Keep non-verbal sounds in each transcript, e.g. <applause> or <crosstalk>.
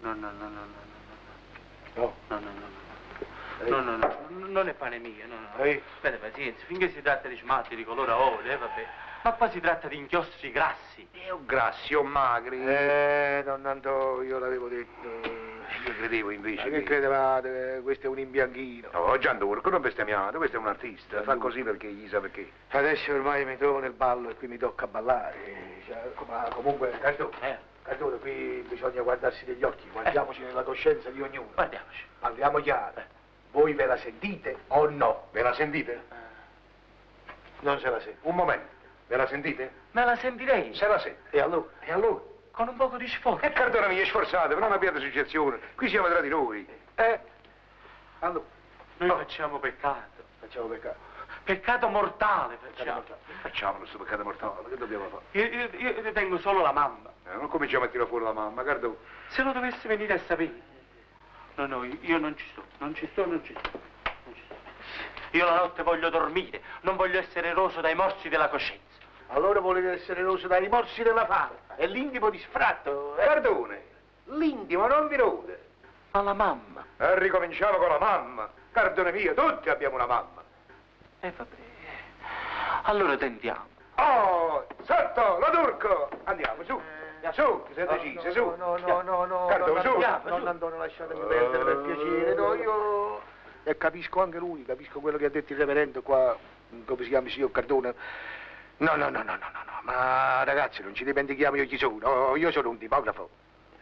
No, no, no, no, no, No. no, no, no, no, no, no, no, no, no, non è pane mio, no, no. Ehi. Aspetta, pazienza, finché si tratta di smalti di colore a olio, eh, vabbè. Ma poi si tratta di inchiostri grassi. Io grassi, o magri. Eh, don Nando, io l'avevo detto. Io credevo Ma invece che credevate? Questo è un imbianchino. No, Gianturco, non bestemmiate, questo è un artista, fa Gianturco. così perché gli sa perché. Adesso ormai mi trovo nel ballo e qui mi tocca ballare. Cioè, ma comunque, Cardone, Eh. Cardone, qui bisogna guardarsi negli occhi, guardiamoci nella coscienza di ognuno. Guardiamoci. Parliamo chiaro. Voi ve la sentite o no? Oh, Ve la sentite? Non se la sente. Un momento, ve la sentite? Me la sentirei, Se la sente. Eh, E allora? E allora? con un poco di sfogo. E Cardone mi sforzate, però non abbiate suggezione, qui siamo tra di noi. Eh? Allora, Noi facciamo peccato. facciamo peccato. Peccato mortale facciamo. Peccato mortale. Facciamo questo peccato mortale, che dobbiamo fare? Io, io, io detengo solo la mamma. Eh, non cominciamo a tirare fuori la mamma, Cardone. Se lo dovesse venire a sapere. No, no, io non ci sto, non ci sto, non ci sto. non ci sto. Io la notte voglio dormire, non voglio essere roso dai morsi della coscienza. Allora volete essere roso dai rimorsi della fame. È l'intimo di sfratto. eh? Cardone, l'intimo non vi rode. Ma la mamma. E ricominciamo con la mamma. Cardone mio, tutti abbiamo una mamma. E Eh, vabbè. Allora tentiamo. Oh, sotto, lo turco! Andiamo, su, su, che siete decisi, su. No, no, no, no, Cardone, no, su. andiamo, non su. Antonio, lasciatemi perdere per piacere, no, io... E capisco anche lui, capisco quello che ha detto il reverendo qua, come si chiama, il signor Cardone. No, no, no, no, no, no, no, ma ragazzi, non ci dimentichiamo io chi sono, Oh, io sono un tipografo.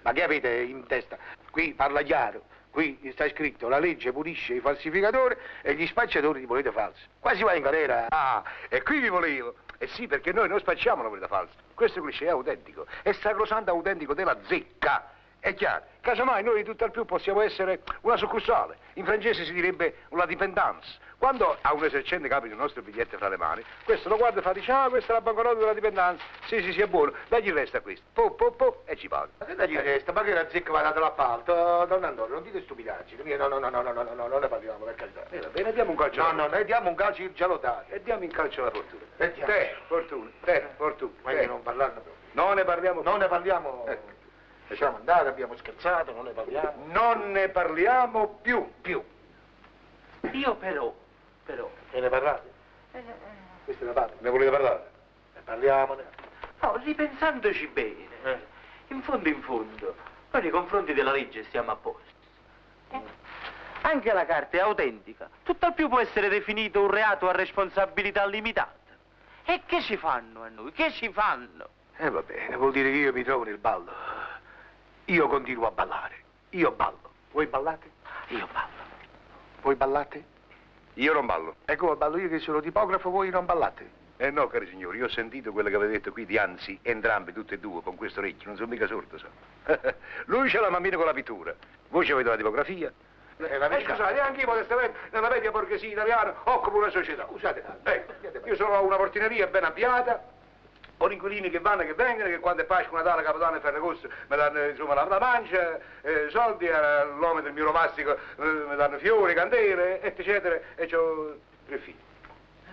Ma che avete in testa? Qui parla chiaro, qui sta scritto la legge punisce i falsificatori e gli spacciatori di monete false. Qua si va in galera. Ah, e qui vi volevo. Eh sì, perché noi non spacciamo la moneta falsa. Questo è un cliché autentico, è sacrosanto autentico della zecca. È chiaro, casomai noi tutt'al più possiamo essere una succursale. In francese si direbbe una dipendance. Quando a un esercente capita il nostro biglietto fra le mani, questo lo guarda e fa dice, ah, questa è la banconota della dipendenza. Sì, sì, sì, è buono, dagli il resto a questo. Po, po, po, e ci paga. Ma che dagli resta? Ma eh, che la zecca va data l'appalto? eh, Don Antonio, non dite stupidaggini. No, no, no, no, no, no, no, no, non ne parliamo per carità. Eh, va bene, diamo un calcio. No, no, noi diamo un calcio già lo date. E diamo in calcio alla fortuna. E diamo. Te, fortuna, te, fortuna. Meglio non parlarne proprio. Eh. Non ne parliamo più. Non ne parliamo. Ecco. Lasciamo andare, abbiamo scherzato, non ne parliamo. Non ne parliamo più. Più. Io però, però, E ne parlate? eh, Questa è la parte. Ne volete parlare? Ne parliamone. no, ripensandoci bene, Eh. in fondo in fondo, noi nei confronti della legge stiamo a posto. Eh? Anche la carta è autentica, tutt'al più può essere definito un reato a responsabilità limitata. E che ci fanno a noi? Che ci fanno? E Eh, va bene, vuol dire che io mi trovo nel ballo. Io continuo a ballare. Io ballo. Voi ballate? Io ballo. Voi ballate? Io non ballo. E come ballo io che sono tipografo, voi non ballate? Eh no, cari signori, io ho sentito quello che avete detto qui di anzi, entrambi, tutte e due, con questo orecchio, non sono mica sordo, sa. <laughs> Lui c'è la mammina con la pittura, voi ci avete la tipografia. È la Eh, verità. scusate, anche io modestamente, nella media borghesia italiana, occupo una società. Scusate eh, tanto. Ecco, io sono una portineria ben avviata, ho inquilini che vanno e che vengono, che quando è Pasqua, Natale, Capodanno e Ferragosto mi danno insomma, la, la mancia, eh, soldi, eh, l'uomo del mio romastico eh, mi danno fiori, candele, eccetera, e ho tre figli.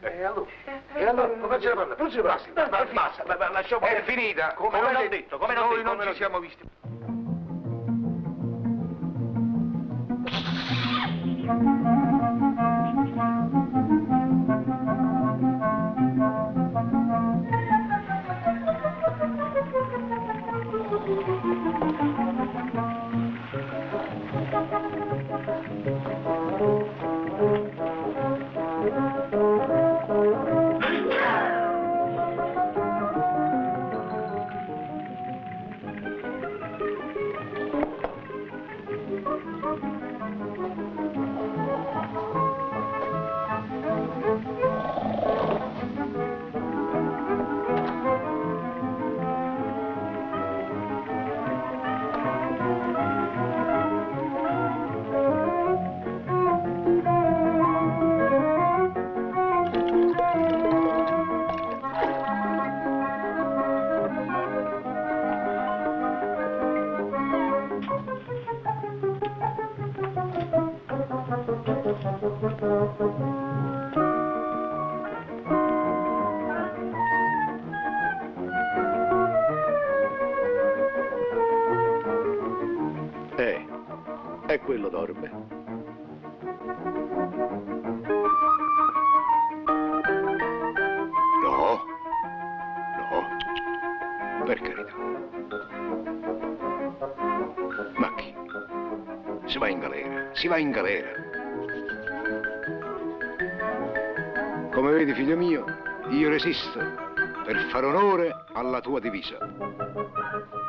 E allora? E allora, non ce ne parla, non ce ne parla. Basta, basta, basta, lasciamo È finita, come, Come l'ho l'ho detto, detto, come l'ho noi detto. non come ci l'ho siamo detto. Eh, e quello dorme. No, no, per carità. Ma chi? Si va in galera, si va in galera. Come vedi, figlio mio, io resisto per far onore alla tua divisa.